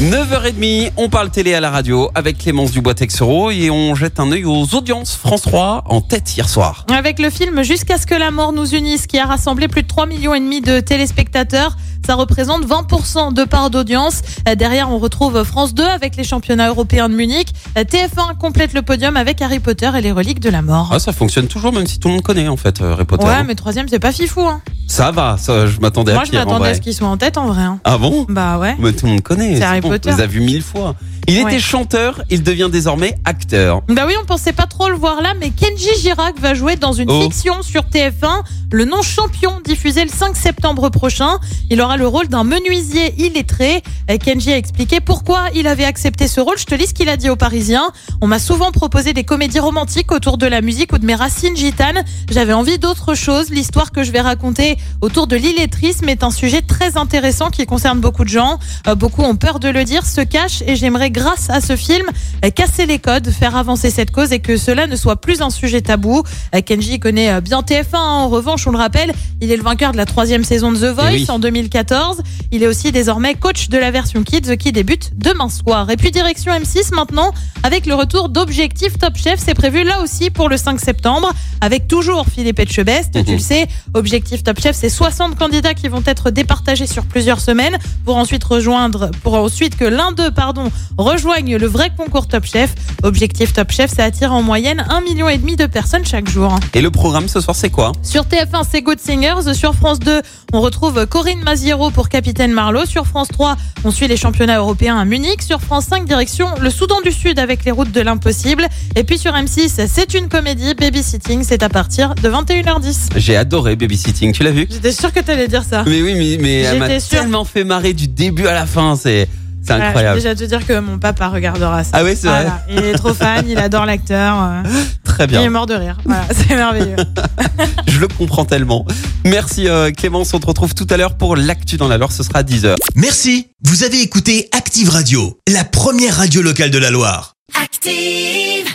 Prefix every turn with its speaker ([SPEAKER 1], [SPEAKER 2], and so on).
[SPEAKER 1] 9h30, on parle télé à la radio avec Clémence Dubois-Texero et on jette un œil aux audiences France 3 en tête hier soir.
[SPEAKER 2] Avec le film Jusqu'à ce que la mort nous unisse, qui a rassemblé plus de 3,5 millions de téléspectateurs, ça représente 20% de part d'audience. Euh, Derrière, on retrouve France 2 avec les championnats européens de Munich. Euh, TF1 complète le podium avec Harry Potter et les reliques de la mort.
[SPEAKER 1] Ah, ça fonctionne toujours même si tout le monde connaît en fait euh, Harry Potter.
[SPEAKER 2] Ouais, mais troisième, c'est pas fifou. Hein.
[SPEAKER 1] Ça va, ça, je m'attendais à
[SPEAKER 2] Moi, je
[SPEAKER 1] pire en
[SPEAKER 2] m'attendais
[SPEAKER 1] vrai.
[SPEAKER 2] à ce qu'ils soient en tête en vrai. hein.
[SPEAKER 1] Ah bon
[SPEAKER 2] Bah ouais.
[SPEAKER 1] Mais tout le monde connaît.
[SPEAKER 2] C'est Harry
[SPEAKER 1] bon,
[SPEAKER 2] Potter.
[SPEAKER 1] On les a vus mille fois. Il
[SPEAKER 2] Ouais.
[SPEAKER 1] était chanteur, il devient désormais acteur.
[SPEAKER 2] Bah oui, on pensait pas trop le voir là, mais Kenji Girac va jouer dans une
[SPEAKER 1] Oh.
[SPEAKER 2] fiction sur TF1, le nom champion, diffusé le 5 septembre prochain. Il aura le rôle d'un menuisier illettré. Euh, Kenji a expliqué pourquoi il avait accepté ce rôle. Je te lis ce qu'il a dit aux Parisiens. On m'a souvent proposé des comédies romantiques autour de la musique ou de mes racines gitanes. J'avais envie d'autre chose. L'histoire que je vais raconter autour de l'illettrisme est un sujet très intéressant qui concerne beaucoup de gens. Euh, beaucoup ont peur de le dire, se cachent et j'aimerais grâce à ce film euh, casser les codes, faire avancer cette cause et que cela ne soit plus un sujet tabou. Euh, Kenji connaît euh, bien TF1. hein. En revanche, on le rappelle, il est le vainqueur de la troisième saison de The Voice
[SPEAKER 1] Eh oui.
[SPEAKER 2] en 2014. Il est aussi désormais coach de la version Kids qui débute demain soir. Et puis direction M6 maintenant avec le retour d'Objectif Top Chef. C'est prévu là aussi pour le 5 septembre avec toujours Philippe Etchebest.
[SPEAKER 1] Mhm.
[SPEAKER 2] Tu le sais, Objectif Top Chef, c'est 60 candidats qui vont être départagés sur plusieurs semaines pour ensuite rejoindre, pour ensuite que l'un d'eux, pardon, rejoigne le vrai concours Top Chef. Objectif Top Chef, ça attire en moyenne 1,5 million et demi de personnes chaque jour.
[SPEAKER 1] Et le programme ce soir c'est quoi
[SPEAKER 2] Sur TF1, c'est Good Singers. Sur France 2, on retrouve Corinne Maziero pour Capitaine Marlowe. Sur France 3, on suit les championnats européens à Munich. Sur France 5, direction le Soudan du Sud avec les routes de l'impossible. Et puis sur M6, c'est une comédie, Babysitting. C'est à partir de 21h10.
[SPEAKER 1] J'ai adoré Babysitting, tu l'as vu
[SPEAKER 2] J'étais sûre que t'allais dire ça.
[SPEAKER 1] Mais oui, mais, mais elle
[SPEAKER 2] J'étais
[SPEAKER 1] m'a
[SPEAKER 2] sûre.
[SPEAKER 1] tellement fait marrer du début à la fin, c'est c'est
[SPEAKER 2] Voilà,
[SPEAKER 1] incroyable.
[SPEAKER 2] je vais déjà te dire que mon papa regardera ça.
[SPEAKER 1] Ah oui, c'est vrai.
[SPEAKER 2] Voilà, il est trop fan, il adore l'acteur. euh,
[SPEAKER 1] Très
[SPEAKER 2] Il
[SPEAKER 1] bien.
[SPEAKER 2] est mort de rire. Voilà, c'est merveilleux.
[SPEAKER 1] Je le comprends tellement. Merci euh, Clémence, on te retrouve tout à l'heure pour l'actu dans la Loire, ce sera à 10h.
[SPEAKER 3] Merci, vous avez écouté Active Radio, la première radio locale de la Loire.
[SPEAKER 4] Active.